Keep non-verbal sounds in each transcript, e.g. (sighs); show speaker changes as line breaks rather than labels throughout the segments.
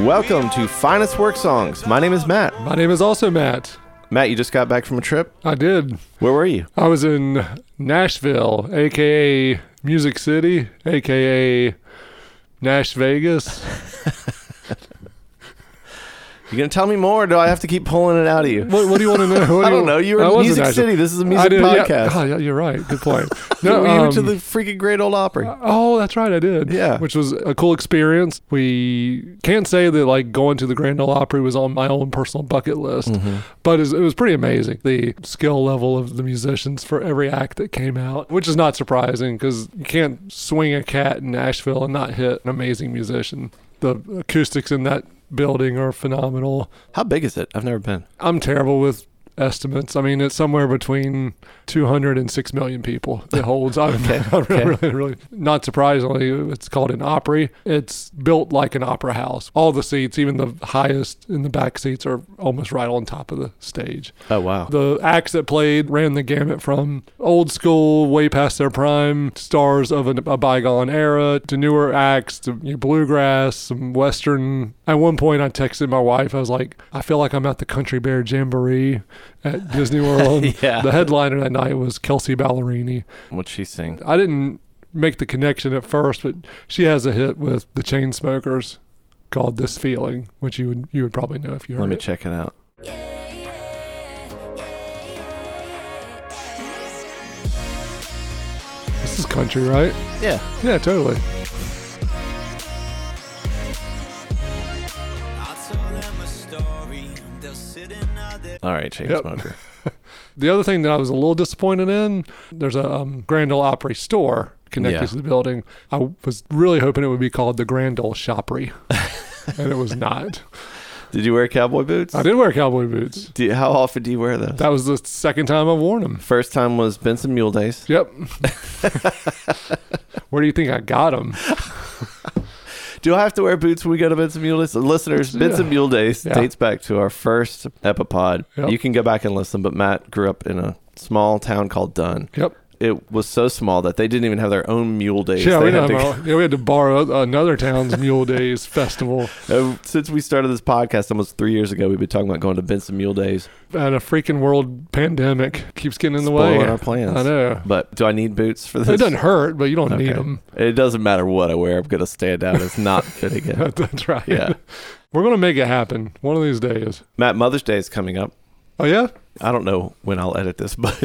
Welcome to Finest Work Songs. My name is Matt.
My name is also Matt.
Matt, you just got back from a trip.
I did.
Where were you?
I was in Nashville, aka Music City, aka Nash Vegas.
You gonna tell me more? Or do I have to keep pulling it out of you?
What, what do you want to know?
(laughs)
What
I
do you-
don't know. You
I
were in
was
Music
Nashville.
City. This is a
I
music
did, yeah.
podcast.
Oh, yeah, you're right.
(laughs)
Good point.
No, we went to
um,
the freaking Great Old Opry.
Oh, that's right, I did.
Yeah.
which was a cool experience. We can't say that like going to the Grand Ole Opry was on my own personal bucket list, but it's- it was pretty amazing. The skill level of the musicians for every act that came out, which is not surprising because you can't swing a cat in Nashville and not hit an amazing musician. The acoustics in that building are phenomenal.
How big is it? I've never been.
I'm terrible with estimates. I mean, it's somewhere between 200 and 6 million people
(laughs)
it holds. I'm, (laughs) I'm
okay.
really, really, not surprisingly, it's called an Opry. It's built like an opera house. All the seats, even the highest in the back seats, are almost right on top of the stage.
Oh wow.
The acts that played ran the gamut from old school, way past their prime, stars of an, a bygone era, to newer acts, to you know, bluegrass, some Western. At one point, I texted my wife. I was like, I feel like I'm at the Country Bear Jamboree
(laughs)
at Disney World.
Yeah.
The headliner that night was Kelsey Ballerini.
What'd she sing?
I didn't make the connection at first, but she has a hit with the Chainsmokers called "This Feeling," which you would you would probably know if you heard
Let me
it.
check it out.
This is country, right?
Yeah.
Yeah, totally.
I'll tell them a story. They'll sit another.
All right, chain
Yep.
smoker.
The other thing that I was a little disappointed in, there's a um, Grand Ole Opry store connected
Yeah.
to the building. I was really hoping it would be called the Grand Ole
(laughs)
Shopery, and it was not.
Did you wear cowboy boots?
I did wear cowboy boots.
Do you- how often do you wear those?
That was the second time I've worn them.
First time was Benson Mule Days. (laughs)
Yep. Where do you think I got them?
Do I have to wear boots when we go to Benson Mule Days? Listeners,
Yeah.
Benson Mule Days
Yeah.
dates back to our first Epipod.
Yep.
You can go back and listen, but Matt grew up in a small town called Dunn.
Yep.
It was so small that they didn't even have their own Mule Days.
Yeah,
They
we,
had
didn't
to-
have our- yeah, we had to borrow another town's Mule Days festival
Uh, Since we started this podcast almost three years ago, we've been talking about going to Benson Mule Days,
and a freaking world pandemic keeps getting in the way.
spoiling our plans.
I know.
But do I need boots for this?
It doesn't hurt, but you don't need
Okay.
them.
It doesn't matter what I wear. I'm going to stand out. It's
(laughs)
not fitting it.
That's right.
Yeah.
(laughs) We're going to make it happen one of these days.
Matt, Mother's Day is coming up.
Oh, yeah?
I don't know when I'll edit this, (laughs) but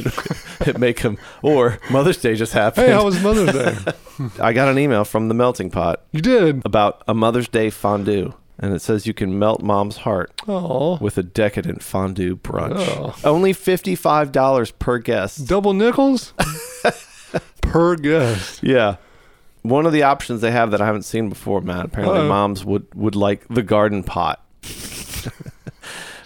it may come. Or Mother's Day just happened.
Hey, how was
(laughs)
Mother's Day?
I got an email from the melting pot
You did.
about a Mother's Day fondue. And it says you can melt mom's heart
Oh,
with a decadent fondue brunch.
Oh.
Only $55 per guest. (laughs)
double nickels per guest.
Yeah. One of the options they have that I haven't seen before, Matt, apparently
Uh-oh.
moms would, would like the garden pot, (laughs)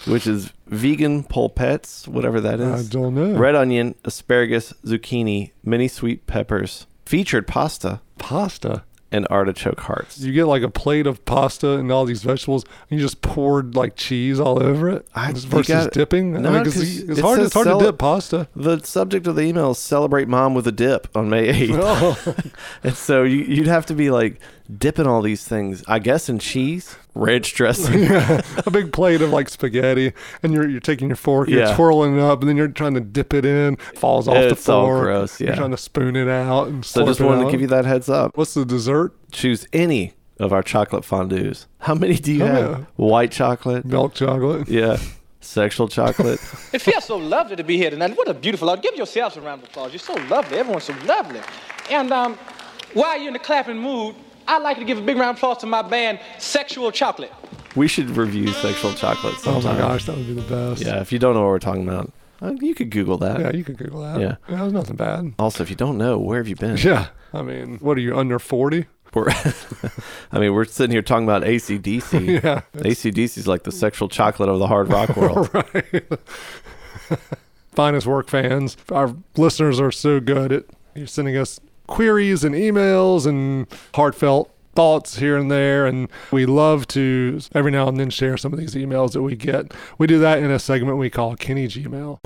which is vegan polpettes, whatever that
I
is.
don't know.
Red onion, asparagus, zucchini, mini sweet peppers, featured pasta,
pasta.
and artichoke hearts.
You get like a plate of pasta and all these vegetables, and you just poured like cheese all over it
I- you
versus
got-
dipping.
No,
I mean, 'cause
'cause
it's
it
hard.
says
It's hard to
sell- (laughs)
dip pasta.
The subject of the email is celebrate mom with a dip on May 8th.
Oh,
and so you, you'd have to be like dipping all these things, I guess, in cheese, ranch dressing.
(laughs) a big plate of like spaghetti, and you're you're taking your fork, you're
Yeah.
twirling it up, and then you're trying to dip it in. Falls off the
It's all
fork.
gross, yeah.
You're trying to spoon it out. And
so I just wanted to give you that heads up.
What's the dessert?
choose any of our chocolate fondues. How many do you
How
have?
many?
White chocolate.
Milk chocolate.
Yeah. Sexual
(laughs)
chocolate.
It feels so lovely to be here tonight. What a beautiful audience. Give yourselves a round of applause. You're so lovely. Everyone's so lovely. And um, while you're in the clapping mood, I'd like to give a big round of applause to my band, Sexual Chocolate.
we should review sexual chocolate
Oh
sometime.
my gosh, that would be the best.
Yeah, if you don't know what we're talking about, uh, you could Google that.
Yeah, you could Google that.
Yeah.
That was nothing bad.
Also, if you don't know, where have you been?
Yeah. I mean, what are you, under 40?
We're, (laughs) I mean, we're sitting here talking about ACDC.
(laughs) Yeah.
ACDC is like the sexual chocolate of the hard
(laughs)
rock world.
Finest work fans. Our listeners are so good at you're sending us queries and emails and heartfelt thoughts here and there and we love to every now and then share some of these emails that we get we do that in a segment we call kenny gmail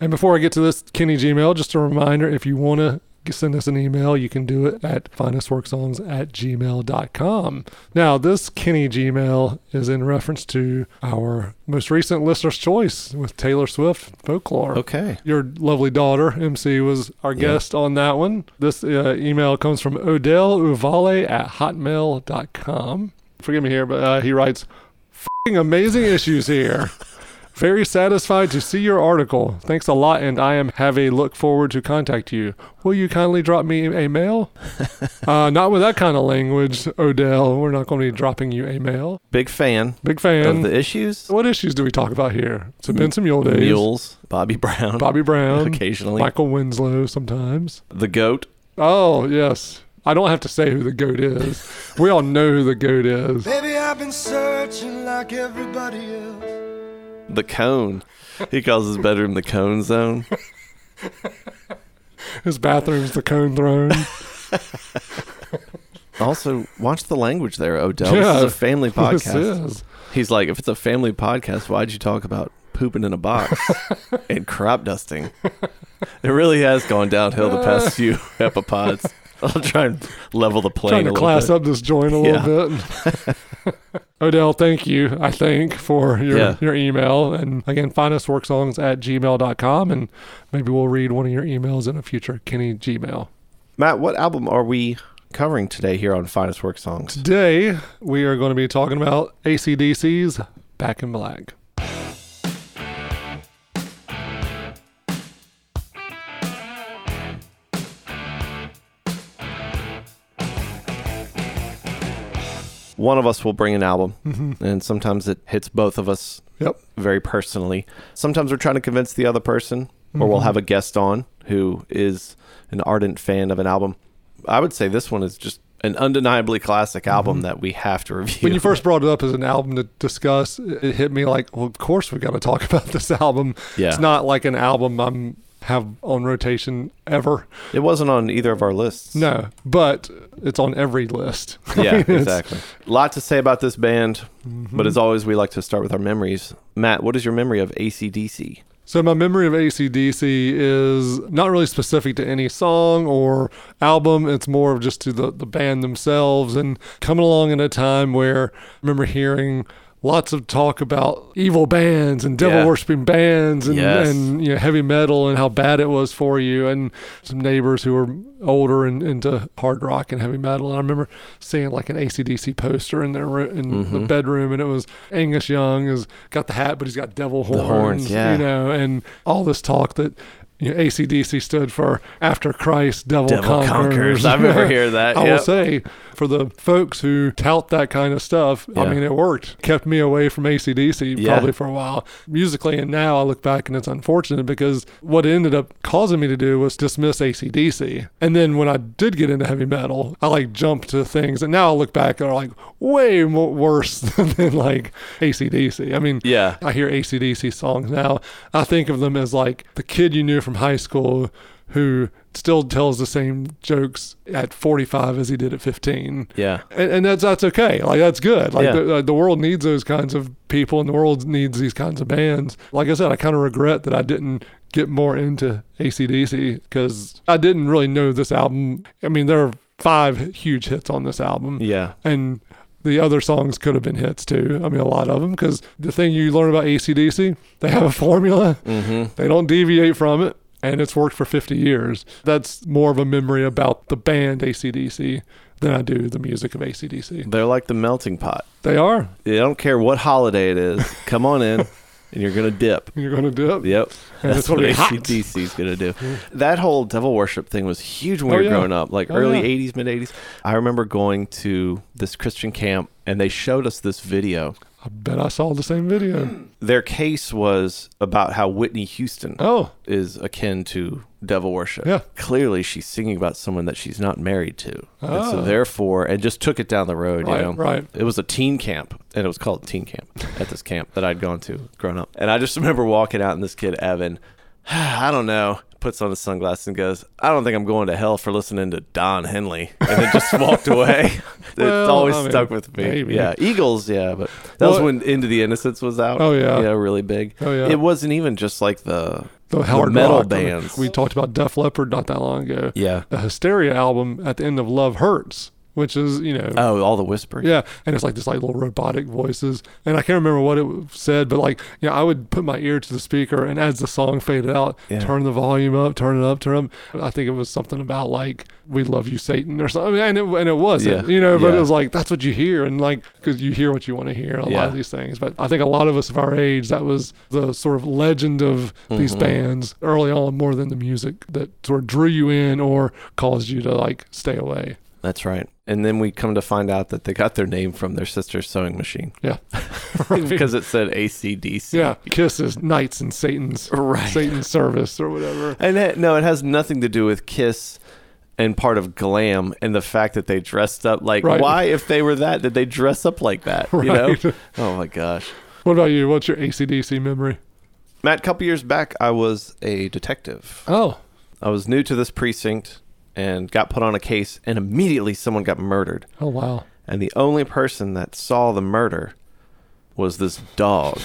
And before I get to this Kenny Gmail, just a reminder if you want to send us an email. You can do it at finestworksongs at gmail.com. Now, this Kenny Gmail is in reference to our most recent listener's choice with Taylor Swift folklore.
Okay.
Your lovely daughter, MC, was our guest on that one. This uh, email comes from Odell Uvale at hotmail.com. Forgive me here, but uh, he writes, "F***ing amazing issues here. Very satisfied to see your article. Thanks a lot, and I am have a look forward to contact you. Will you kindly drop me
(laughs)
a mail? uh, not with that kind of language, Odell. We're not going to be dropping you a mail.
Big fan
Big fan.
of the issues.
What issues do we talk about here? It's been some mule days.
Mules, Bobby Brown,
Bobby Brown.
(laughs) occasionally
Michael Winslow sometimes.
the goat.
Oh, yes. I don't have to say who the goat is. we all know who the goat is.
Baby, I've been searching like everybody else.
the cone. He calls his bedroom the cone
(laughs)
zone.
His bathroom's the cone throne.
Also, watch the language there, Odell. This is
Yeah.
a
(laughs)
family (laughs)
This
podcast.
is.
He's like, if it's a family podcast, why'd you talk about pooping in a
(laughs)
box and crop dusting? It really has gone downhill the
Uh.
past few (laughs) epipods. I'll try and level the plane
Trying
a
to
little
class
bit.
up this joint a little bit.
(laughs)
Odell, thank you, I think, for your,
Yeah.
your email. And again, find us worksongs at gmail.com. And maybe we'll read one of your emails in a future Kenny Gmail.
Matt, what album are we covering today here on Finest Work Songs?
Today, we are going to be talking about ACDC's Back in Black.
One of us will bring an album,
Mm-hmm.
and sometimes it hits both of us
Yep.
very personally. Sometimes we're trying to convince the other person, or
Mm-hmm.
we'll have a guest on who is an ardent fan of an album. I would say this one is just an undeniably classic album that we have to review.
Mm-hmm. When you first brought it up as an album to discuss, it it hit me like, well, of course we got to talk (laughs) about this album.
Yeah.
It's not like an album I'm have on rotation ever.
(laughs) it wasn't on either of our lists.
No, but it's on every list.
(laughs)
(laughs)
Yeah,
It's- Mm-hmm.
exactly. A lot to say about this band, but as always, we like to start with our memories. Matt, what is your memory of ACDC?
So my memory of ACDC is not really specific to any song or album. It's more of just to the, the band themselves and coming along in a time where I remember hearing lots of talk about evil bands and devil
Yeah.
worshipping bands and,
Yes.
and you know, heavy metal and how bad it was for you and some neighbors who were older and into hard rock and heavy metal. And I remember seeing like an ACDC poster in their ro- in
Mm-hmm.
the bedroom and it was Angus Young has got the hat, but he's got devil horns,
horns, yeah.
you know, and all this talk that you know, ACDC stood for after Christ, devil,
Devil
conquers. (laughs)
conquers. I remember hearing that,
I
yep.
will say for the folks who tout that kind of stuff,
Yeah.
I mean, it worked. Kept me away from ACDC
Yeah.
probably for a while musically. And now I look back and it's unfortunate because what it ended up causing me to do was dismiss ACDC. And then when I did get into heavy metal, I like jumped to things. And now I look back and are like way more worse (laughs) than like ACDC. I mean,
Yeah.
I hear ACDC songs now. I think of them as like the kid you knew from high school who still tells the same jokes at 45 as he did at 15.
Yeah.
And, and that's that's okay. Like that's good. Like
Yeah.
the, uh, the world needs those kinds of people, and the world needs these kinds of bands. Like I said, I kind of regret that I didn't get more into ACDC because I didn't really know this album. I mean, there are five huge hits on this album
Yeah.
and the other songs could have been hits too. I mean, a lot of them, because the thing you learn about ACDC, they have a formula,
Mm-hmm.
they don't deviate from it, and it's worked for 50 years. That's more of a memory about the band ACDC than I do the music of ACDC.
They're like the melting pot.
They are.
They don't care what holiday it is. Come on
(laughs)
in, and you're going to dip.
You're going to do it. (laughs)
Yep.
And
That's
it's gonna
what
be hot.
ACDC is going to do. That whole devil worship thing was huge when
Oh,
we were
yeah.
growing up, like
Oh,
early
yeah.
80s, mid 80s. I remember going to this Christian camp and they showed us this video.
I bet I saw the same video.
Their case was about how Whitney Houston
Oh,
is akin to devil worship.
Yeah.
Clearly, she's singing about someone that she's not married to. And so,
Ah.
therefore, and just took it down the road,
Right,
you know?
right.
It was a teen camp, and it was called teen camp at this camp that I'd gone to growing up. And I just remember walking out, and this kid, Evan, (sighs) I don't know, puts on his sunglasses and goes, I don't think I'm going to hell for listening to Don Henley. And then just
(laughs)
walked away. it's
Well,
always
I mean,
stuck with me.
maybe.
Yeah. Eagles, yeah. But that was
Well,
when Into the Innocence was out.
Oh, yeah.
Yeah, really big.
Oh, yeah.
It wasn't even just like the
the the hard
metal
rock. I mean,
bands.
We talked about Def Leppard not that long ago.
Yeah.
the Hysteria album at the end of Love Hurts, which is you know
Oh, all the whispering.
yeah, and it's like this like little robotic voices, and I can't remember what it said, but like yeah, I would put my ear to the speaker, and as the song faded out,
Yeah.
turn the volume up, turn it up, turn it up. I think it was something about like "We love you, Satan" or something, and it and it wasn't,
Yeah.
you know, but
Yeah.
it was like that's what you hear, and like because you hear what you want to hear a lot
Yeah.
of these things. But I think a lot of us of our age, that was the sort of legend of
Mm-hmm.
these bands early on, more than the music that sort of drew you in or caused you to like stay away.
That's right. And then we come to find out that they got their name from their sister's sewing
(laughs)
machine
Yeah.
(laughs) because it said ACDC.
Yeah, kisses, knights, and Satan's
Right.
Satan's service or whatever.
And it, no, it has nothing to do with Kiss and part of glam and the fact that they dressed up like
Right.
why if they were that did they dress up like that you know
Right. (laughs)
oh my gosh
What about you? What's your ACDC memory?
matt a couple years back i was a detective
Oh,
i was new to this precinct and got put on a case and immediately someone got murdered
oh wow.
and the only person that saw the murder was this dog.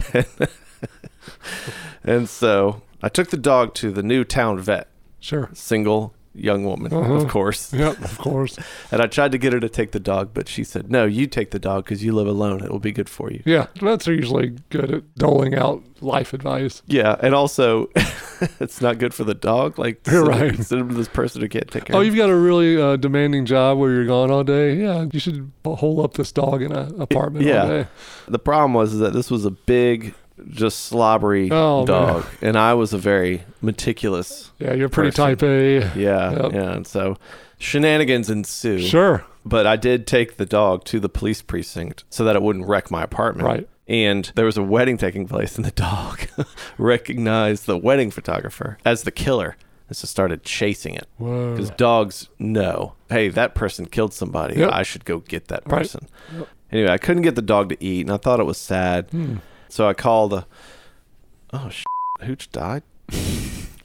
(laughs) and so I took the dog to the new town vet,
Sure.
single young woman,
Uh-huh.
of course.
Yep, of course.
And I tried to get her to take the dog, but she said, "No, you take the dog because you live alone. It will be good for you."
Yeah, vets are usually good at doling out life advice.
Yeah, and also, (laughs) it's not good for the dog. Like,
You're
send-
(laughs) right.
send him to this person who can't take care.
Oh,
of
you've got a really uh, demanding job where you're gone all day. Yeah, you should b- hole up this dog in an apartment all
Yeah.
day.
The problem was that this was a big, just slobbery
Oh,
dog, and I was a very meticulous.
Yeah, you're pretty
Person.
type A.
Yeah,
Yep.
yeah, and so shenanigans ensue.
Sure.
But I did take the dog to the police precinct so that it wouldn't wreck my apartment.
Right.
And there was a wedding taking place, and the dog (laughs) recognized the wedding photographer as the killer, and so started chasing it.
Whoa.
Because dogs know, hey, that person killed somebody.
Yep.
I should go get that
Right.
person. Anyway, I couldn't get the dog to eat, and I thought it was sad.
Hmm.
So I called. A, oh, sh- Hooch died.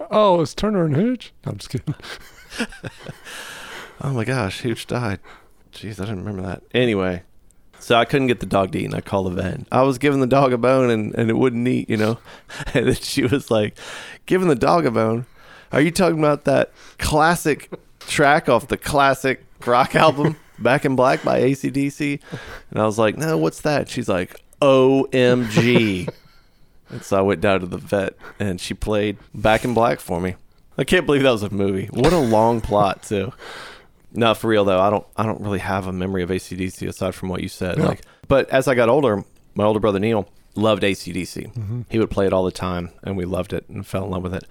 Oh, it's Turner and Hooch. No, I'm just kidding.
Oh my gosh, Hooch died. Jeez, I didn't remember that. Anyway, so I couldn't get the dog to eat, and I called the vet. I was giving the dog a bone, and, and it wouldn't eat, you know. (laughs) And then she was like, "Giving the dog a bone? Are you talking about that classic track off the classic rock (laughs) album, Back in Black by ACDC?" And I was like, "No, what's that?" She's like, "OMG." and so I went down to the vet, and she played Back in Black for me. I can't believe that was a movie. What a long plot, too. No, for real though, I don't I don't really have a memory of ACDC aside from what you said.
Yeah.
Like, but as I got older, my older brother Neil loved ACDC.
Mm-hmm.
He would play it all the time, and we loved it and fell in love with it.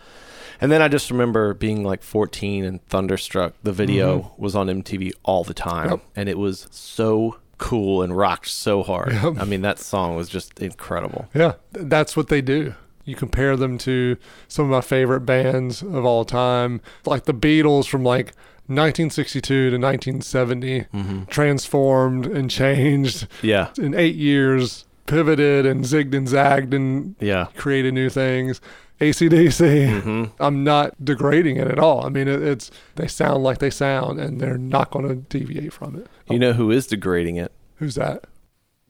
And then I just remember being like 14 and Thunderstruck. The video was on MTV all the time,
Mm-hmm. Yep.
and it was so cool and rocked so hard.
Yep.
I mean, that song was just incredible.
Yeah, th- that's what they do. You compare them to some of my favorite bands of all time, like the Beatles from like 1962 to 1970, transformed and changed
Yeah,
in eight years, pivoted and zigged and zagged and
yeah,
created new things. ACDC, I'm not degrading it at all. I mean, it, it's they sound like they sound, and they're not going to deviate from it.
You know who is degrading it?
Who's that?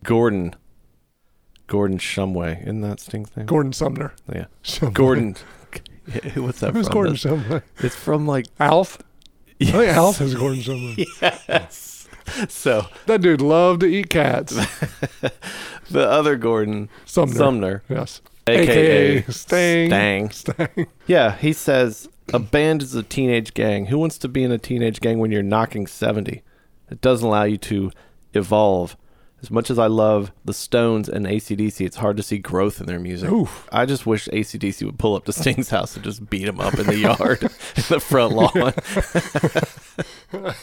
Gordon. Gordon Shumway. Isn't that Sting's name?
Gordon Sumner.
Yeah.
Shumway.
Gordon. Yeah, (laughs) What's that
Who's
from?
Gordon
That's-
Shumway? Oh,
It's from like
Alf. I think Alf is Gordon Shumway.
(laughs) so
That dude loved to eat
(laughs)
cats.
the other Gordon
Sumner.
Sumner,
Yes.
aka,
AKA Sting.
Stang.
Stang.
Yeah, he says a band is a teenage gang. Who wants to be in a teenage gang when you're knocking seventy? It doesn't allow you to evolve. As much as I love the Stones and ACDC, it's hard to see growth in their music.
Oof.
I just wish ACDC would pull up to Sting's house and just beat him up in the yard, (laughs) in the front lawn. (laughs)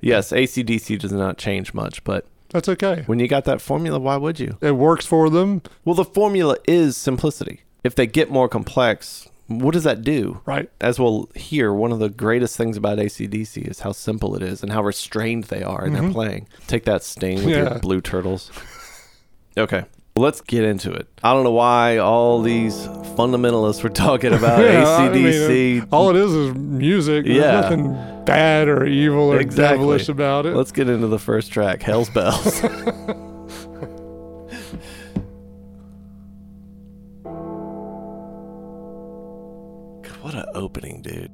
yes, ACDC does not change much, but
That's okay.
When you got that formula, why would you?
It works for them.
Well, the formula is simplicity. If they get more complex, what does that do?
Right.
As we'll hear, one of the greatest things about ACDC is how simple it is and how restrained they are in their playing. Take that sting with
Mm-hmm. Yeah.
your blue turtles. (laughs) Okay. Let's get into it. I don't know why all these fundamentalists were
(laughs)
talking about
Yeah, I mean,
ACDC.
it- all it is is music. There's
Yeah.
nothing bad or evil or devilish about it.
Let's get into the first
(laughs)
track, Hell's Bells. What an opening, dude.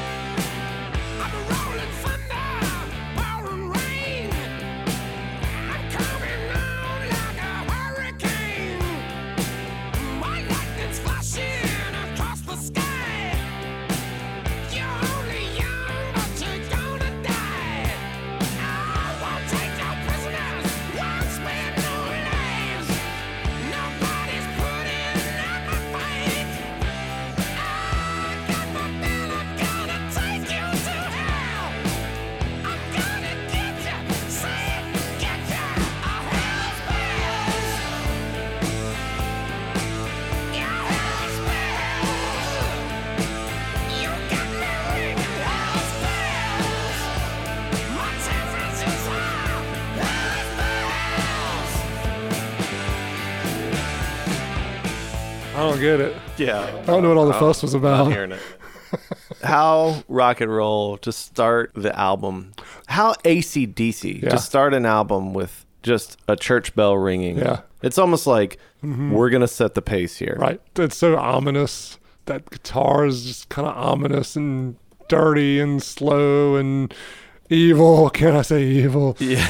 I'm a rolling thunder, pouring rain. I'm coming on like a hurricane. My lightning's flashing across the sky. You're only young, but you're gonna die. I won't take no prisoners, won't spare no lives. Nobody's putting up a fight. I got my bill, I'm gonna take you to hell. I'm gonna get you, see, get you a hell's bells. Yeah, hell's bells. You got me ringing hell's bells. My temperature's
I
high, hell's bells.
don't get it.
Yeah.
I don't know what all
Uh,
the fuss was about.
hearing it. (laughs) how rock and roll to start the album? How ACDC
Yeah.
to start an album with just a church bell ringing?
Yeah. Mm-hmm.
It's almost like we're going to set the pace here.
Right. It's so ominous. That guitar is just kind of ominous and dirty and slow and evil. (laughs) Can I say evil? Yeah.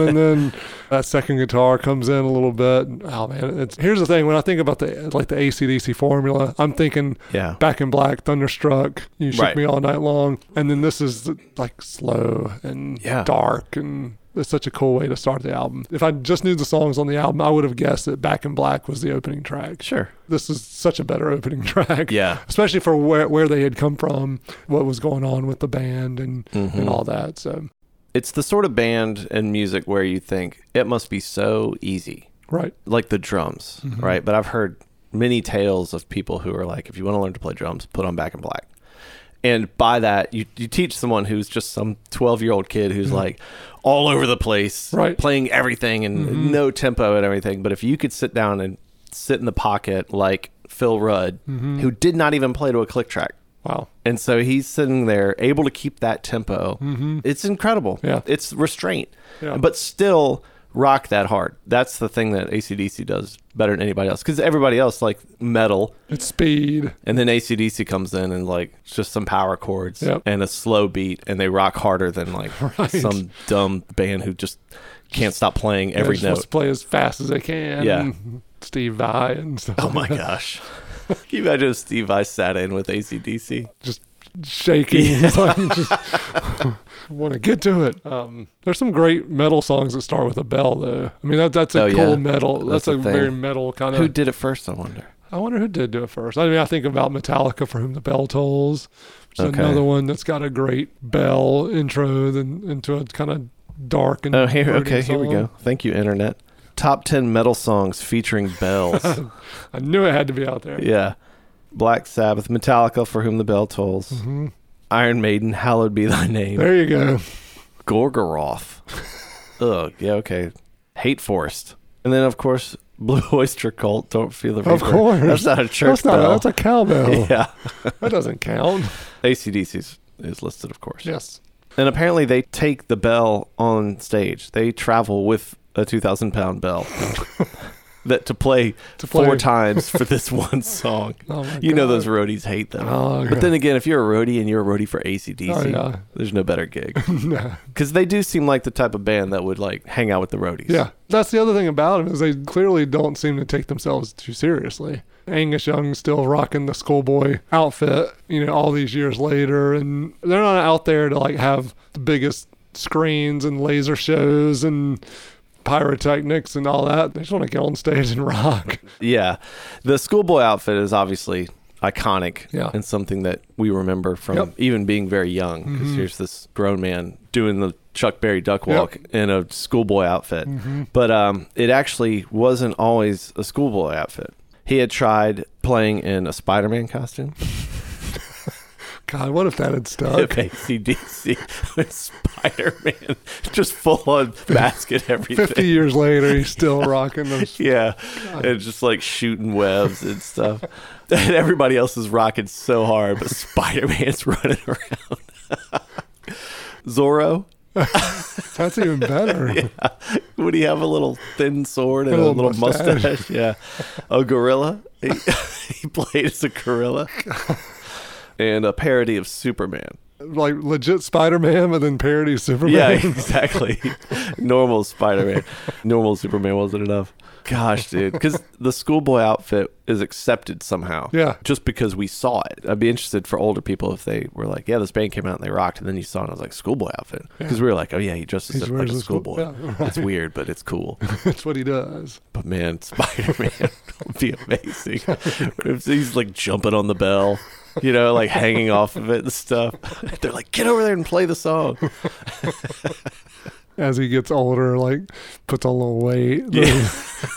(laughs)
and then that second guitar comes in a little bit. Oh man, it's here's the thing. When I think about the like the ACDC formula, I'm thinking
Yeah.
Back in Black, Thunderstruck, You Shook
Right.
Me All Night Long, and then this is like slow and
Yeah.
dark and. It's such a cool way to start the album. If I just knew the songs on the album, I would have guessed that Back in Black was the opening track
Sure.
this is such a better opening (laughs) track.
Yeah.
Especially for where, where they had come from, what was going on with the band and,
Mm-hmm.
and all that. So,
It's the sort of band and music where you think it must be so easy,
right.
like the drums, right? But I've heard many tales of people who are like, if you want to learn to play drums, put on Back in Black. And by that, you, you teach someone who's just some 12 year old kid who's like all over the place,
Right.
playing everything and no tempo and everything. But if you could sit down and sit in the pocket like Phil Rudd, who did not even play to a click track.
Wow.
And so he's sitting there able to keep that tempo. It's incredible.
Mm-hmm. Yeah.
It's restraint,
Yeah.
but still rock that hard. That's the thing that ACDC does better than anybody else because everybody else, like metal,
It's speed.
and then ACDC comes in and like it's just some power chords
Yep.
and a slow beat, and they rock harder than like
(laughs) Right.
some dumb band who just can't stop playing
Every
every
just wants
note.
to play as fast as they can.
Yeah.
and (laughs) Steve Vai and stuff.
Oh my
(laughs)
gosh. Can you imagine if Steve Vai sat in with ACDC?
Just shaking. (laughs) It's like, just want to get to it. Um, there's some great metal songs that start with a bell, though. I mean, that, that's a
Oh,
cool
yeah.
metal. That's,
That's
a
a thing.
very metal kind of.
Who did it first, I wonder?
I wonder who did do it first. I mean, I think about Metallica for whom the bell tolls, which is
Okay.
another one that's got a great bell intro then into a kind of dark and
Oh, here,
brooding
okay, here we go.
song.
Thank you, internet. Top ten metal songs
(laughs)
featuring bells.
I knew it had to be out there.
yeah, Black Sabbath, Metallica, for whom the bell tolls. Iron Maiden, Hallowed be Thy Name.
Mm-hmm. There you go. (laughs)
Gorgoroth. Ugh, yeah, okay. Hate Forest. And then, of course, (laughs) Blue Oyster Cult, Don't Feel the Reaper.
Of course,
That's not a church
That's not.
bell.
That's a cowbell.
(laughs) yeah.
That doesn't count.
ACDC's is listed, of course.
Yes.
And apparently they take the
(laughs)
bell on stage. They travel with a 2,000 pound bell. that to play,
play.
four times for this (laughs) one song.
Oh my
you know
God.
those roadies hate them.
Oh,
but
God.
then again, if you're a roadie and you're a roadie for ACDC,
Oh, yeah.
there's no better
(laughs)
gig. Because they do seem like the type of band that would like hang out with the roadies.
Yeah, that's the other thing about them is they clearly don't seem to take themselves too seriously. Angus Young still rocking the schoolboy outfit, you know, all these years later, and they're not out there to like have the biggest screens and laser shows and pyrotechnics and all that. They just want to get on stage and rock. (laughs)
Yeah. The schoolboy outfit is obviously iconic
Yeah.
and something that we remember from
Yep. Mm-hmm.
even being very young. 'Cause here's this grown man doing the Chuck Berry duck walk in a schoolboy outfit.
Mm-hmm.
But um, it actually wasn't always a schoolboy outfit. He had tried playing in a Spider Man costume (laughs)
God, what if that had
if
stuck?
(laughs) ACDC with Spider Man, (laughs) just full on basket everything.
Fifty years later, he's still rocking
(laughs)
those.
Yeah, and just like shooting webs and stuff. (laughs) and everybody else is rocking so hard, but (laughs) Spider Man's running around. (laughs) Zorro,
That's even better.
would he have a little thin sword and
A
a
little
little,
mustache.
mustache? Yeah, a gorilla. He, (laughs) he played as a gorilla, and a parody of Superman.
Like legit Spider-Man, but then parody
(laughs)
Superman.
Yeah, exactly. (laughs) Normal Spider Man. Normal Superman wasn't enough. Gosh, dude. Because the schoolboy outfit is accepted somehow.
Yeah.
Just because we saw it. I'd be interested for older people if they were like, yeah, this band came out and they rocked. And then you saw it and I was like, schoolboy outfit. Because we were like, oh, yeah, he dresses
He's
up like
wearing
a
the school-
schoolboy.
yeah,
It's weird, but it's
(laughs)
cool.
(laughs) that's what he does.
But man, Spider Man (laughs) would be amazing. if he's like jumping on the bell, you know, like hanging off of it and stuff. (laughs) They're like, get over there and play the song.
as he gets older, like puts on a little weight, (laughs)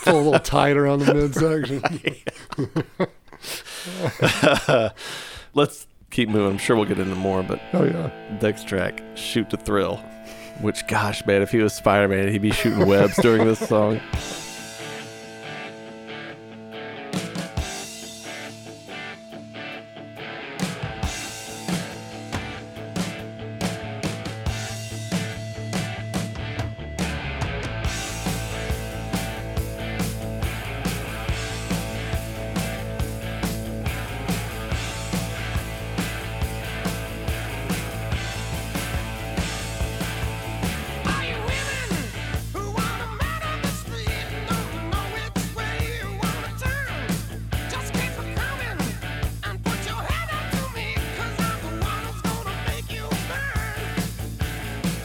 pull a little tight around
(laughs)
the midsection.
(laughs) Let's keep moving. I'm sure we'll get into more, but
Oh yeah,
next track, Shoot to Thrill. Which, gosh, man, if he was Spider Man, he'd be shooting webs during this song.
Are you women who want a man on the street don't know which way you wanna turn? Just keep on coming and put your head up to me, 'cause I'm the one who's gonna make you burn.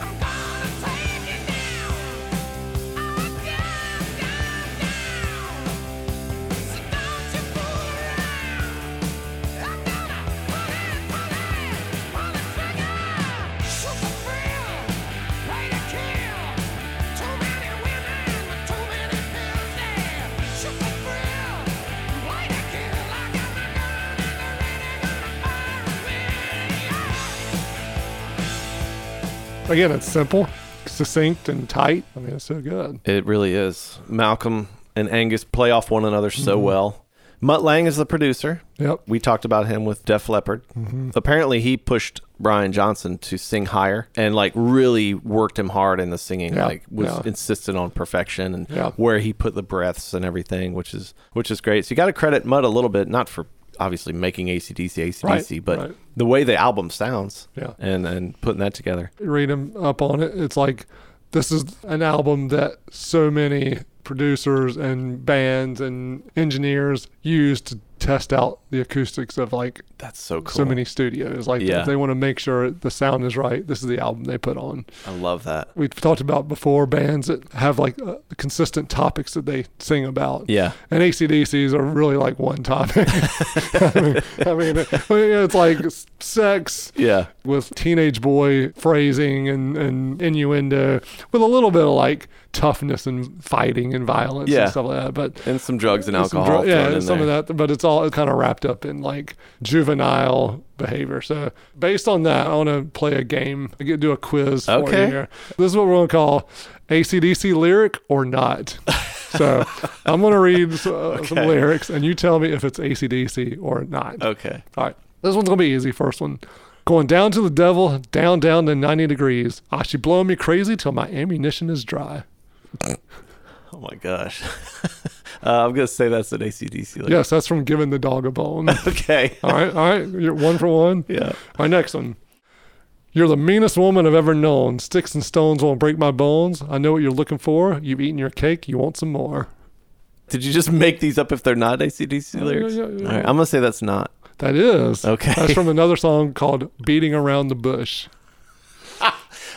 I'm gonna take you down, oh down, down, down. So don't you fool around. I'm gonna pull it, pull it, pull the trigger. Shoot the thrill, play the kill. Too many women, too many pills there. Shoot the thrill, play the kill. I got my gun and I'm ready, gonna fire away.
again, it's simple, succinct, and tight. I mean, it's so good.
(laughs) It really is. Malcolm and Angus play off one another so well. Mutt Lang is the producer.
Yep.
We talked about him with Def Leppard.
Mm-hmm.
Apparently, he pushed Brian Johnson to sing higher and like really worked him hard in the singing.
Yeah,
Like was
yeah.
insistent on perfection and
Yeah.
where he put the breaths and everything, which is which is great. So you got to credit Mutt a little bit, not for obviously making ACDC ACDC,
Right,
but
right.
the way the album sounds
Yeah.
and and putting that together.
Read him up on it. It's like this is an album that so many producers and bands and engineers use to test out the acoustics of like
That's so cool.
so many studios. Like
Yeah.
if they want to make sure the sound is right, this is the album they put on.
I love that.
we've talked about before bands that have like uh, consistent topics that they sing about.
Yeah.
And ACDCs are really like one
(laughs)
topic. I, mean, I mean, I mean, it's like sex
Yeah.
with teenage boy phrasing and, and innuendo with a little bit of like toughness and fighting and violence
Yeah.
and stuff like that. But
And some drugs and
there's some
alcohol.
dr- yeah,
thrown in
some
there.
of that, but it's all kind of wrapped up in like juvenile behavior. So based on that, I want to play a game. I get do a quiz for
Okay.
you here. This is what we're gonna call ACDC lyric
(laughs)
or not. So I'm gonna read s- uh, some lyrics, and you tell me if it's ACDC or not.
Okay.
All right. This one's going to be easy. First one. Going down to the devil, down, down to 90 degrees. Ah, she blowing me crazy till my ammunition is dry.
Oh my gosh. I (laughs) Uh, I'm gonna say that's an ACDC. lyric.
Yes, that's from giving the dog a bone.
(laughs)
(laughs)
Okay.
all right, all right. You're one for one.
(laughs) Yeah.
My next one. You're the meanest woman I've ever known. Sticks and stones won't break my bones. I know what you're looking for. You've eaten your cake. You want some more.
Did you just make these up if they're not ACDC lyrics?
yeah, yeah, yeah.
All right. I'm gonna say that's not.
That is.
Okay.
That's from another song called Beating Around the Bush.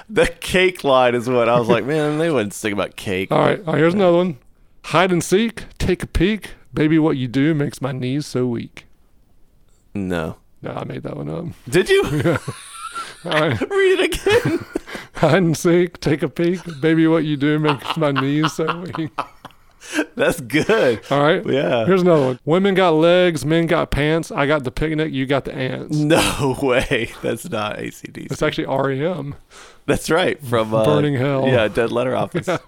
The cake line is what I was like. Man, they wouldn't sing about cake.
All right, all right here's another one. Hide and seek. Take a peek. Baby, what you do makes my knees so weak.
No.
No, I made that one up.
Did
(laughs)
you read
All right. (laughs)
it again?
Hide and seek. Take a peek. Baby, what you do makes my knees so weak.
That's good.
All right.
Yeah.
Here's another one. Women got legs, men got pants. I got the picnic, you got the ants.
No way. That's not ACDC.
It's actually E REM.
That's right. From uh,
Burning Hell.
Yeah, Dead Letter
(laughs)
Office.
All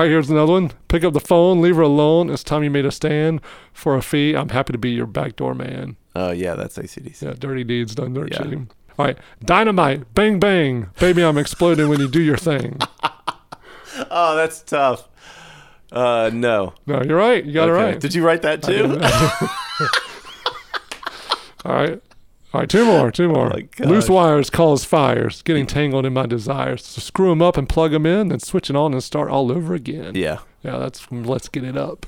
right, here's another one. Pick up the phone, leave her alone. It's time you made a stand. For a fee, I'm happy to be your backdoor man.
Oh yeah, that's ACDC.
Yeah, dirty deeds done dirt
Yeah.
cheap. All right, dynamite, bang, bang. Baby, I'm exploding when you do
(laughs)
your thing.
Oh, that's tough. Uh, no.
No, you're right. You got
Okay.
it right.
Did you write that too?
All right. All right, two more, two more.
Oh my gosh.
Loose wires cause fires, getting tangled in my desires. So screw them up and plug them in, then switch it on and start all over again.
yeah.
Yeah, that's from Let's Get It Up.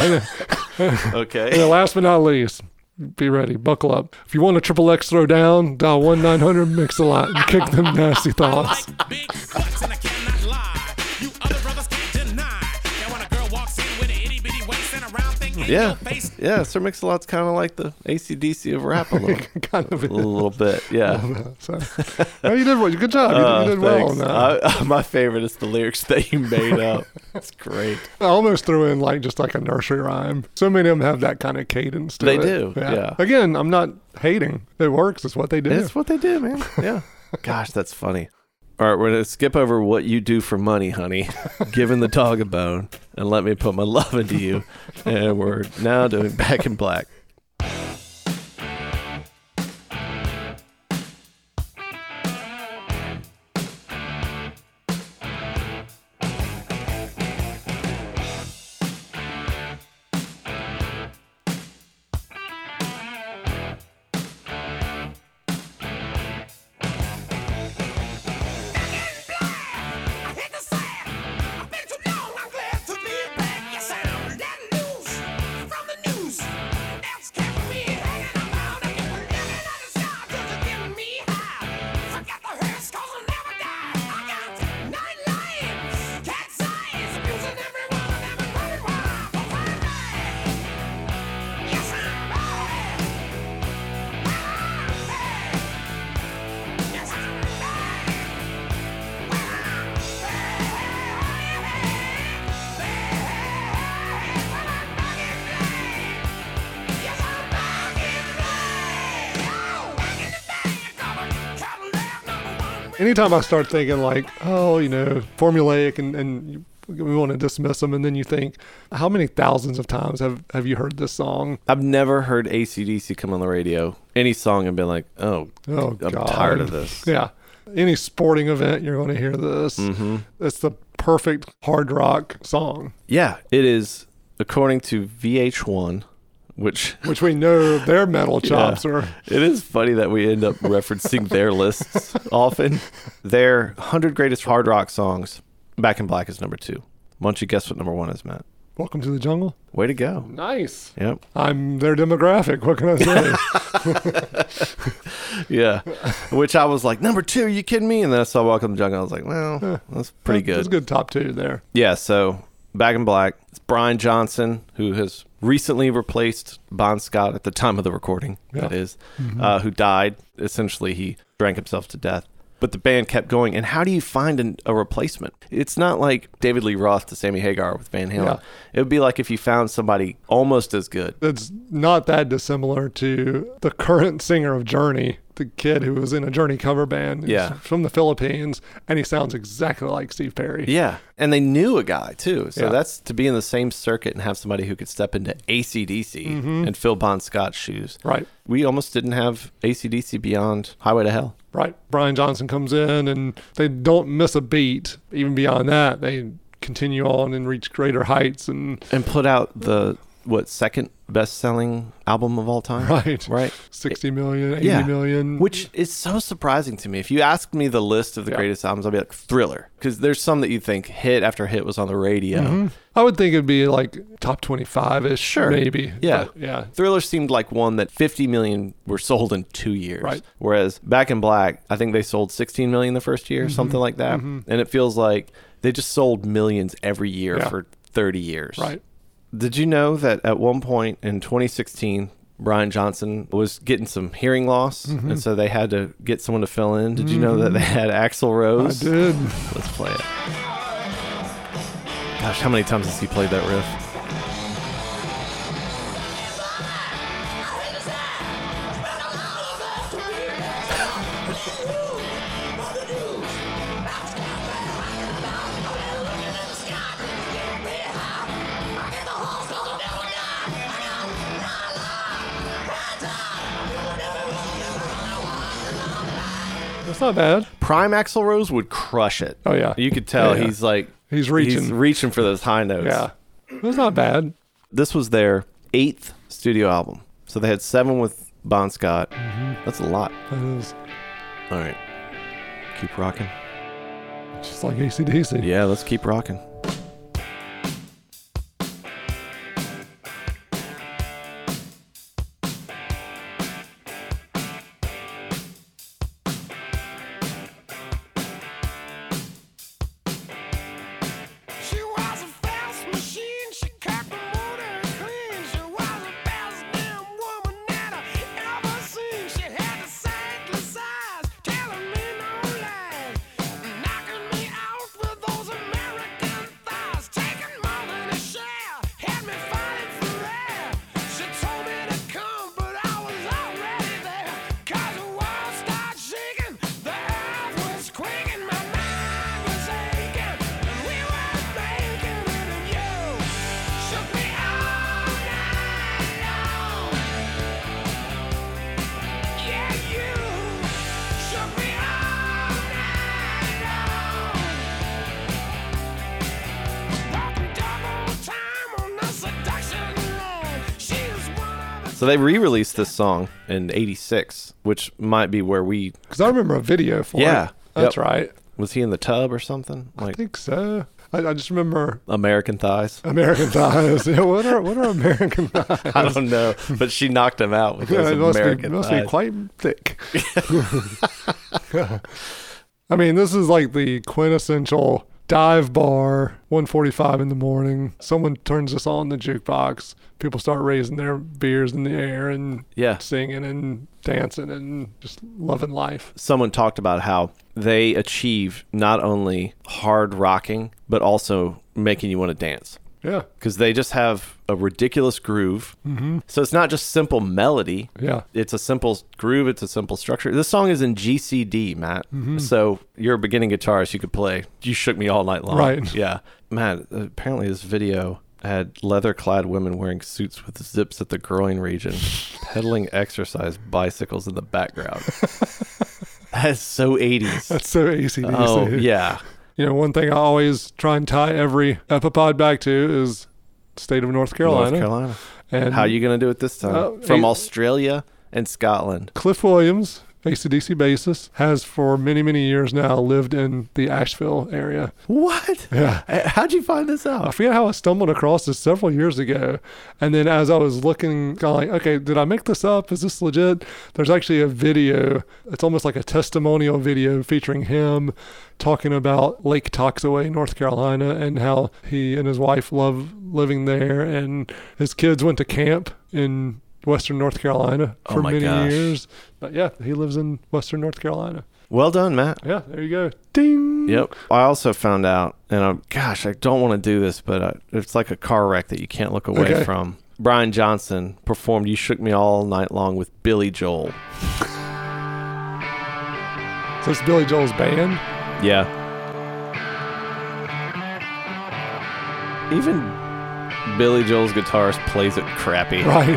and
Okay.
(laughs) then last but not least, be ready, buckle up. If you want a triple X throw down, dial 1 900 Mix a Lot and kick them
(laughs)
nasty
Oh
thoughts.
like big butts and I cannot lie. You other brothers can't deny. Now when a girl walks in with an itty bitty waist and a round thing in
Yeah.
your face,
Yeah. Sir Mix-a-Lot's kind of like the ACDC of rap a little,
kind of.
a little bit.
(laughs)
Yeah.
So, no, you did well. Good job. You,
Oh,
you did well on
thanks.
that.
I- (laughs) my favorite is the lyrics that you
(laughs)
made up. It's great.
I almost threw in like just like a nursery rhyme. So many of them have that kind of cadence. To
They
it.
do, yeah.
Again, I'm not hating. It works. It's what they do.
It's what they do, man. Yeah. Gosh, that's funny. All right, we're gonna skip over what you do for money, honey. Giving the dog a bone, and let me put my love into you. And we're now doing Back in Black.
I hate to say it. I've been too long. I'm glad to be back. Yes, I'm that news from the news. That's kept me hanging around. I keep living on the star just to get me high. Forget the hurts, cause I'll never die. I got nine lives, cat's eyes, abusing everyone. I'm never running wild. But one night, yes, I'm back. I'm back. Yes, I'm back.
Anytime I start thinking like, oh, you know, formulaic and and you- we want to dismiss them, and then you think, how many thousands of times have have you heard this song?
I've never heard ACDC come on the radio, any song, and been like, oh,
Oh,
I'm
God.
tired of this.
Yeah. Any sporting event, you're going to hear this.
Mm-hmm.
It's the perfect hard rock song,
Yeah, it is, according to VH1, which
which we know
(laughs)
their metal chops are.
It is funny that we end up referencing their lists often. Their 100 greatest hard rock songs, Back in Black is number two. Why don't you guess what number one is, Matt?
Welcome to the jungle.
Way to go.
Nice.
Yep.
I'm their demographic. What can I say?
Yeah. Which I was like, number two, are you kidding me? And then I saw Walk on the Jungle. I was like, well, that's (laughs) pretty good.
It's a good top two there.
Yeah, so Back in Black. It's Brian Johnson, who has recently replaced Bon Scott at the time of the recording, that
Yeah. Mm-hmm.
is, uh, who died. Essentially, he drank himself to death. But the band kept going. And how do you find an, a replacement? It's not like David Lee Roth to Sammy Hagar with Van Halen.
Yeah.
It would be like if you found somebody almost as good.
It's not that dissimilar to the current singer of Journey, the kid who was in a Journey cover band. He's
Yeah.
From the Philippines, and he sounds exactly like Steve Perry.
Yeah. And they knew a guy, too. So
Yeah.
that's to be in the same circuit and have somebody who could step into ACDC and fill Bon Scott's shoes.
Mm-hmm. Right.
We almost didn't have ACDC beyond Highway to Hell.
Right. Brian Johnson comes in, and they don't miss a beat. Even beyond that, they continue on and reach greater heights and (laughs)
and put out the what second best-selling album of all time.
Right.
Right.
60 million, 80
Yeah.
million.
Which is so surprising to me. If you asked me the list of the
Yeah.
greatest albums, I'd be like Thriller, because there's some that you think hit after hit was on the radio.
I would think it'd be like top 25 ish.
Sure.
Maybe.
Yeah.
But, yeah.
Thriller seemed like one that 50 million were sold in two years.
Right.
Whereas Back in Black, I think they sold 16 million the first year,
Mm-hmm.
something like that. And it feels like they just sold millions every year
Yeah.
for 30 years.
Right.
Did you know that at one point in 2016, Brian Johnson was getting some hearing loss,
Mm-hmm.
and so they had to get someone to fill in. Did you know that they had Axl
I
Rose?
did.
Let's play it. Gosh, how many times has he played that riff?
That's not bad.
Prime Axl Rose would crush it.
Oh, yeah.
you could tell
Yeah, yeah.
he's like
He's reaching.
He's reaching for those high notes.
Yeah. That's not bad.
this was their eighth studio album, so they had seven with Bon Scott.
Mm-hmm.
That's a lot.
That is
All right, keep rocking.
just like ACDC.
Yeah, let's keep rocking.
She was a fast machine, she kept the motor clean. She was the best damn woman that I ever seen. She had the sightless eyes, telling me no lies, knocking me out with those American thighs, taking more than a share, had me fighting for air. She told me to come, but I was already there. 'Cause the world started shaking, the earth was quaking, my mind was aching, and we were making it, and you shook me all night long. Yeah, you shook me all night long. Walking double time on the seduction line. She's one of a
So they re-released this song in '86, which might be where we
Because I remember a video for it.
Yeah.
That's
Yep.
right.
was he in the tub or something
I
like
think so. I, I just remember
American thighs. (laughs)
American (laughs) thighs. Yeah, what are what are American thighs?
I don't know,
(laughs)
but she knocked him out with those
it must, be,
American
must be
thighs.
quite
(laughs)
thick. (laughs) I mean, this is like the quintessential dive bar, 145 in the morning. Someone turns this on the jukebox. People start raising their beers in the air and
Yeah.
singing and dancing and just loving life.
Someone talked about how they achieve not only hard rocking but also making you want to dance
Yeah.
because they just have a ridiculous groove. Mm-hmm. So it's not just simple melody.
Yeah.
It's a simple groove. It's a simple structure. This song is in GCD, Matt.
Mm-hmm.
So you're a beginning guitarist. You could play. You shook me all night long. (laughs)
Right.
Yeah. Man, apparently this video had leather-clad women wearing suits with zips at the groin
(laughs)
region, pedaling exercise bicycles in the
(laughs)
background. that is so 80s.
That's so ACDC.
oh yeah.
You know, one thing I always try and tie every epipod back to is state of North Carolina.
North Carolina.
And
How you going to do it this time?
Oh,
From
eight-
Australia and Scotland.
Cliff Williams, ACDC bassist, has for many, many years now lived in the Asheville area.
What?
Yeah.
Uh, How'd you find this
I
out?
forget how I stumbled across this several years ago. And then as I was looking, kind of like, okay, did I make this up? Is this legit? There's actually a video. It's almost like a testimonial video featuring him talking about Lake Toxaway, North Carolina, and how he and his wife love living there. And his kids went to camp in Western North Carolina
Oh
for
my
many
gosh.
years. But yeah, he lives in Western North Carolina.
Well done, Matt.
Yeah, there you go. Ding.
Yep. I also found out, and I'm, gosh, I don't want to do this, but uh it's like a car wreck that you can't look away
Okay.
from. Brian Johnson performed "You Shook Me All Night Long" with Billy Joel.
So it's Billy Joel's band.
Yeah. Even Billy Joel's guitarist plays it crappy.
Right.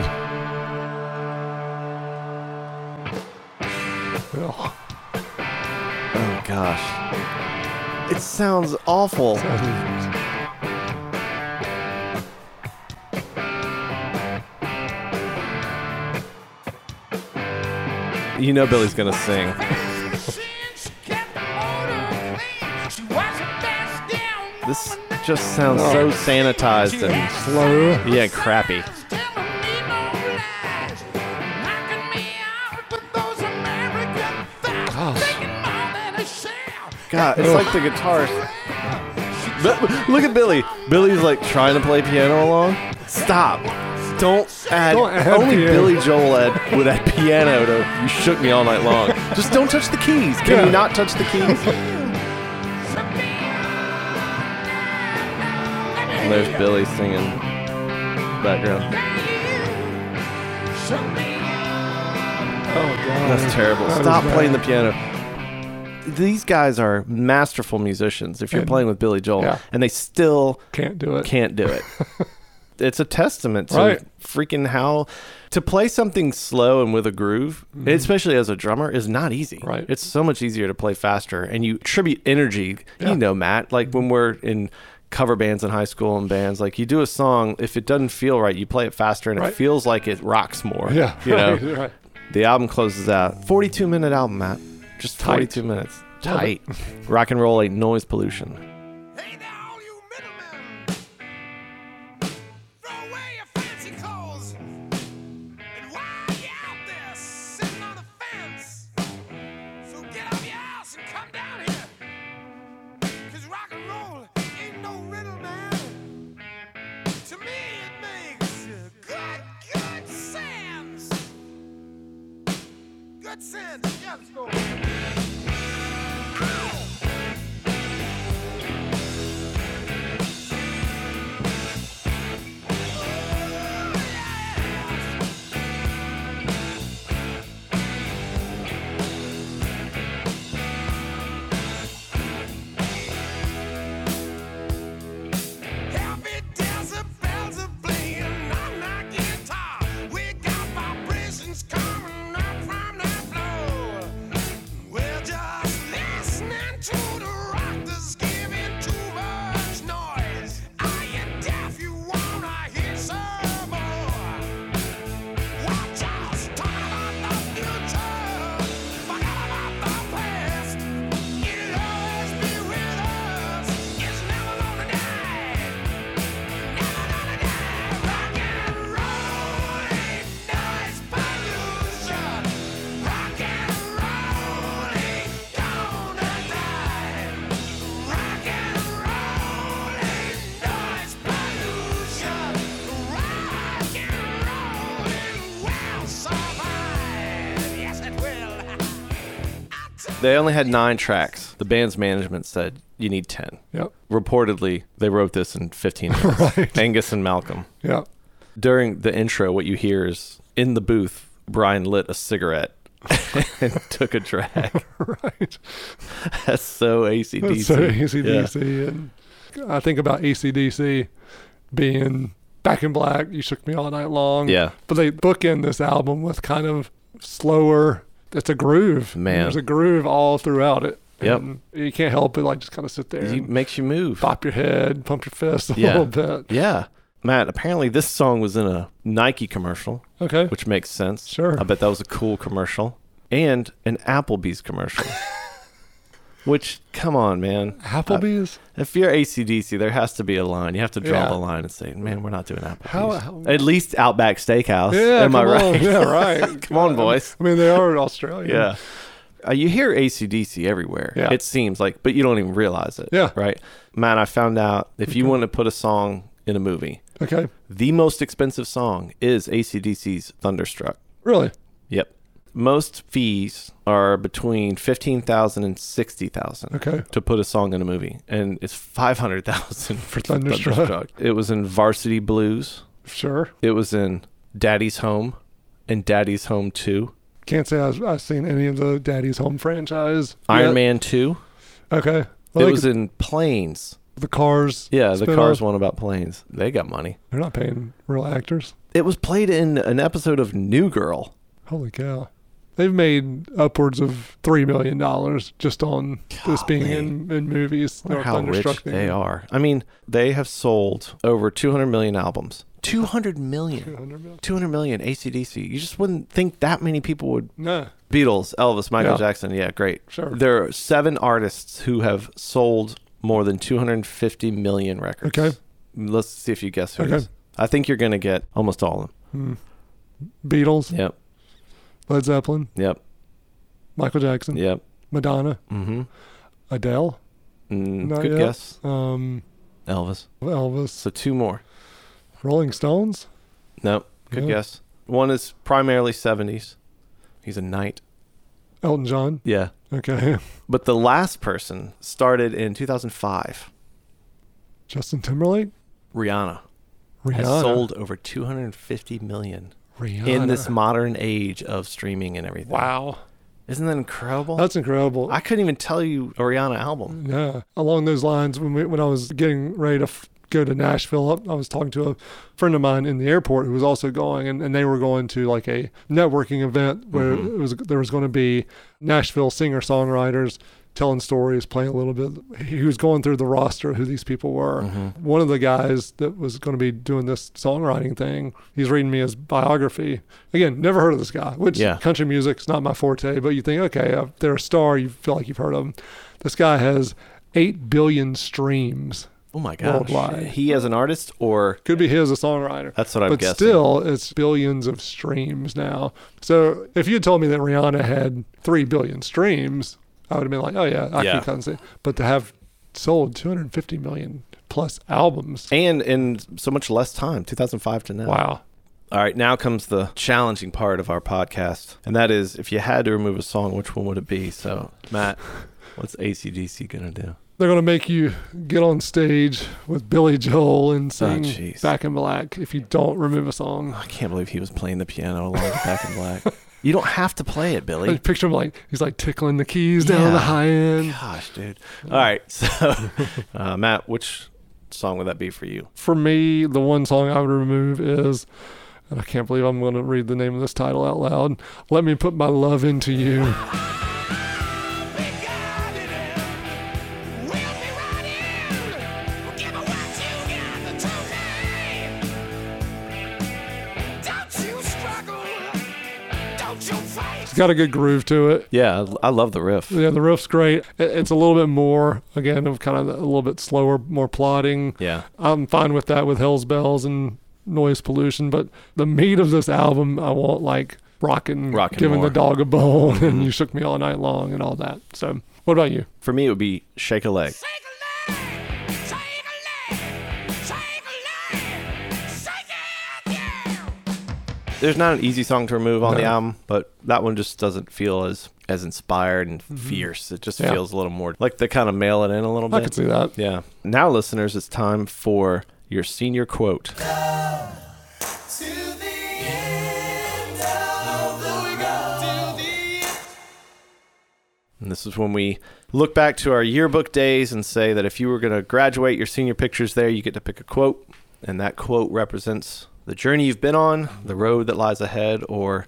Well,
Oh gosh, it sounds awful.
that
You know Billy's gonna (laughs) sing. This just sounds so sanitized and
Slow.
yeah, crappy. God, it's like the guitarist. But look at Billy. Billy's like trying to play piano along. Stop. Don't add.
Don't add
only
piano.
Billy Joel add, would add piano to "You Shook Me All Night Long." Just don't touch the keys. Can
Yeah.
you not touch the keys? and there's Billy singing background.
Oh, God.
That's terrible.
That was
Stop
bad.
playing the piano. These guys are masterful musicians. If you're
And-
playing with Billy Joel,
Yeah.
and they still
Can't do it.
can't do
(laughs)
it. it's a testament to
Right.
freaking how to play something slow and with a groove, especially as a drummer, is not easy.
Mm-hmm. Right.
It's so much easier to play faster and you attribute energy.
Yeah.
You know, Matt, like when we're in cover bands in high school and bands, like you do a song, if it doesn't feel right, you play it faster and
Right.
it feels like it rocks more.
Yeah.
You know?
Right, right.
(laughs) The album closes out. 42 minute album, Matt. Just
Tight.
42 minutes.
Love
Tight.
it.
Rock and roll ain't noise pollution.
Hey there, all you middlemen! Throw away your fancy clothes! And while you're out there sitting on the fence, so get out your ass and come down here! Cause rock and roll ain't no riddle, man! To me, it makes good, good sense! Good sense! Yeah, let's go! Ow! Happy decibels are playing on my guitar. We got vibrations coming up from the floor. We're just listening to the rock that's giving too much noise. Are you deaf? You wanna hear some more? Watch us talk about the future, forget about the past. It'll always be with us. It's never gonna die. Never gonna die. Rock and roll ain't noise pollution. Rock and roll ain't gonna die. Rock and roll ain't noise pollution. Rock and roll it will survive. Yes, it will.
They only had nine tracks. The band's management said you need 10.
Yep.
Reportedly, they wrote this in 15 minutes.
(laughs) Right.
Angus and Malcolm.
Yep. (laughs)
During the intro, what you hear is in the booth, Brian lit a cigarette (laughs) and took a drag.
Right.
That's so ACDC.
That's so ACDC. And I think about ACDC being back in black. You shook me all night long.
Yeah.
But they bookend this album with kind of slower. It's a groove.
Man.
There's a groove all throughout it.
Yep.
And you can't help but like just kind of sit there
Yeah. It
and
makes you move.
bop your head, pump your fist (laughs) a
Yeah.
little bit.
Yeah. Matt, apparently this song was in a Nike commercial,
Okay.
which makes sense.
Sure.
I bet that was a cool commercial. And an Applebee's
(laughs)
commercial. which, come on, man.
Applebee's?
If you're ACDC, there has to be a line. You have to draw
Yeah.
the line and say, "Man, we're not doing Applebee's."
How- how-
At least Outback Steakhouse.
yeah.
am I
come on.
right?
Yeah,
(laughs)
right.
come on,
(laughs)
boys.
I mean, they are in Australia.
Yeah. Uh, you hear ACDC everywhere.
Yeah.
It seems like, but you don't even realize it.
Yeah.
Right, man. I found out if you want to put a song in a movie,
Okay.
the most expensive song is ACDC's "Thunderstruck."
Really?
Yep. Most fees are between fifteen thousand and sixty thousand.
Okay.
To put a song in a movie, and it's five hundred thousand for
Thunderstruck.
Thunderstruck. It was in Varsity Blues.
Sure.
It was in Daddy's Home, and Daddy's Home Two,
Can't say I've, I've seen any of the Daddy's Home franchise.
Iron
yet.
Man Two.
Okay. Well,
it
they
was
could-
in planes.
the Cars.
Yeah, the
spin-off.
Cars one about planes. They got money.
They're not paying real actors.
It was played in an episode of New Girl.
Holy cow. They've made upwards of $3 million just on this being in, in movies.
Wonder
or
how rich
Thunderstruck thing.
they are. I mean, they have sold over 200 million albums. 200 million.
200 million.
200 million ACDC. You just wouldn't think that many people would
No.
Beatles, Elvis, Michael
Yeah.
Jackson. Yeah, great.
Sure.
There are seven artists who have sold more than 250 million records.
Okay.
Let's see if you guess who it
Okay.
is. I think you're going to get almost all of
Beatles,
them. Yep.
Led Zeppelin,
Yep.
Michael Jackson,
Yep.
Madonna,
Mm-hmm.
Adele,
Mm,
Not
good
yet.
guess.
um,
Elvis.
Elvis,
So two more.
Rolling Stones.
No. Good
Yeah.
guess. One is primarily 70s. He's a knight.
Elton John.
Yeah.
Okay. (laughs)
But the last person started in 2005.
Justin Timberlake.
Rihanna has
Rihanna.
sold over 250 million
Rihanna.
in this modern age of streaming and everything.
Wow.
Isn't that incredible?
That's Mm. incredible.
I couldn't even tell you a Rihanna album.
Yeah. Along those lines, when we, when I was getting ready to f- go to Nashville, I, I was talking to a friend of mine in the airport who was also going, and, and they were going to like a networking event where it was there was going to be Nashville singer songwriters telling stories, playing a little bit. He was going through the roster of who these people were. One of the guys that was going to be doing this songwriting thing, he's reading me his biography. Again, never heard of this guy, which
Yeah.
country music's not my forte, but you think, okay, uh, they're a star. You feel like you've heard of them. This guy has 8 billion streams.
Oh my gosh.
Worldwide.
He as an artist or
Could be he as a songwriter.
That's what I'm
but
guessing.
still, it's billions of streams now. So if you had told me that Rihanna had 3 billion streams, I would have been like, oh, yeah, I
Yeah.
can kind of see. But to have sold 250 million plus albums,
and in so much less time, 2005 to now.
wow.
All right, now comes the challenging part of our podcast, and that is if you had to remove a song, which one would it be? So,
(laughs)
Matt, what's ACDC gonna do?
They're going to make you get on stage with Billy Joel and sing
Oh, jeez.
Back in Black if you don't remove a song.
I can't believe he was playing the piano along with Back in Black. You don't have to play it,
(laughs) I
Billy.
picture him like he's like tickling the keys down
Yeah.
the high end.
Gosh, dude. All right, (laughs) so uh, Matt, which song would that be for you?
For me, the one song I would remove is, and I can't believe I'm going to read the name of this title out loud. Let me put my love into you. It's got a good groove to it.
Yeah, I I love the riff.
Yeah, the riff's great. It- It's a little bit more, again, of kind of a little bit slower, more plodding.
Yeah.
I'm fine with that with Hell's Bells and Noise Pollution, but the meat of this album, I want like rocking,
Rockin'
giving
more. Mm-hmm.
the dog a bone, and you shook me all night long, and all that. So, what about you?
For me, it would be Shake a Leg. There's not an easy song to remove on the
No.
album, but that one just doesn't feel as as inspired and fierce. It just
Yeah.
feels a little more like they kind of mail it in a little bit.
I could see that.
Yeah. Now, listeners, it's time for your senior quote. And this is when we look back to our yearbook days and say that if you were going to graduate your senior pictures there, you get to pick a quote. And that quote represents the journey you've been on, the road that lies ahead, or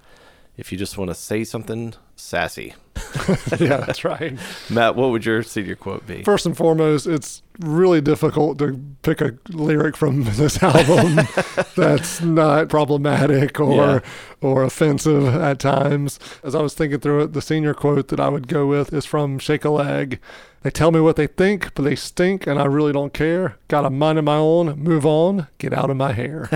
if you just want to say something sassy. (laughs)
(laughs) yeah, that's right.
Matt, what would your senior quote be?
First and foremost, it's really difficult to pick a lyric from (laughs) this album that's not problematic or or offensive at times. As I was thinking through it, the senior quote that I would go with is from Shake a Leg. They tell me what they think, but they stink, and I really don't care. Got a mind of my own. Move on. Get out of my (laughs) hair.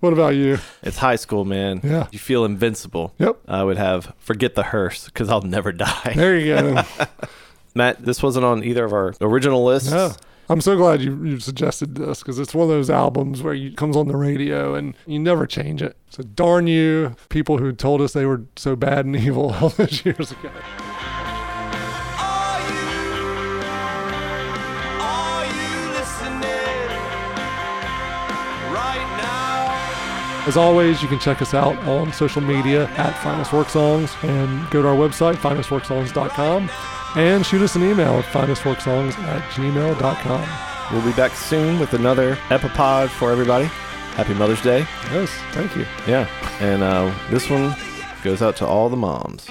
what about you?
It's high school, man.
Yeah.
You feel invincible.
Yep.
I would have forget the hearse because I'll never die.
There you go. (laughs)
(laughs) Matt, this wasn't on either of our original lists.
Yeah. I'm so glad you, you suggested this because it's one of those albums where you, it comes on the radio and you never change it. So darn you, people who told us they were so bad and (laughs) evil all those years ago. As always, you can check us out on social media at Finest Work Songs and go to our website, finestworksongs.com, and shoot us an email at finestworksongs at gmail.com.
We'll be back soon with another Epipod for everybody. Happy Mother's Day.
Yes, thank you.
Yeah. And uh, this one goes out to all the moms.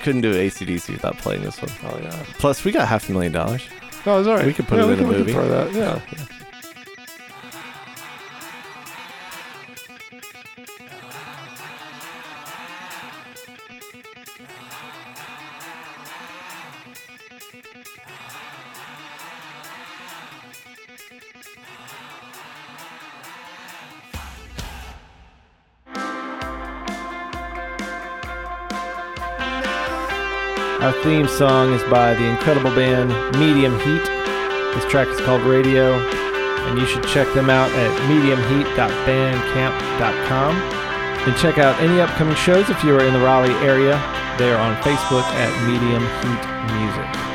Couldn't do ACDC without playing this one.
Oh, yeah.
Plus, we got half a million dollars.
No, it's all right.
We could put
yeah,
it
we
in a
can- we
movie.
can throw that. Yeah.
Our theme song is by the incredible band Medium Heat. This track is called Radio, and you should check them out at mediumheat.bandcamp.com. And check out any upcoming shows if you are in the Raleigh area. They are on Facebook at Medium Heat Music.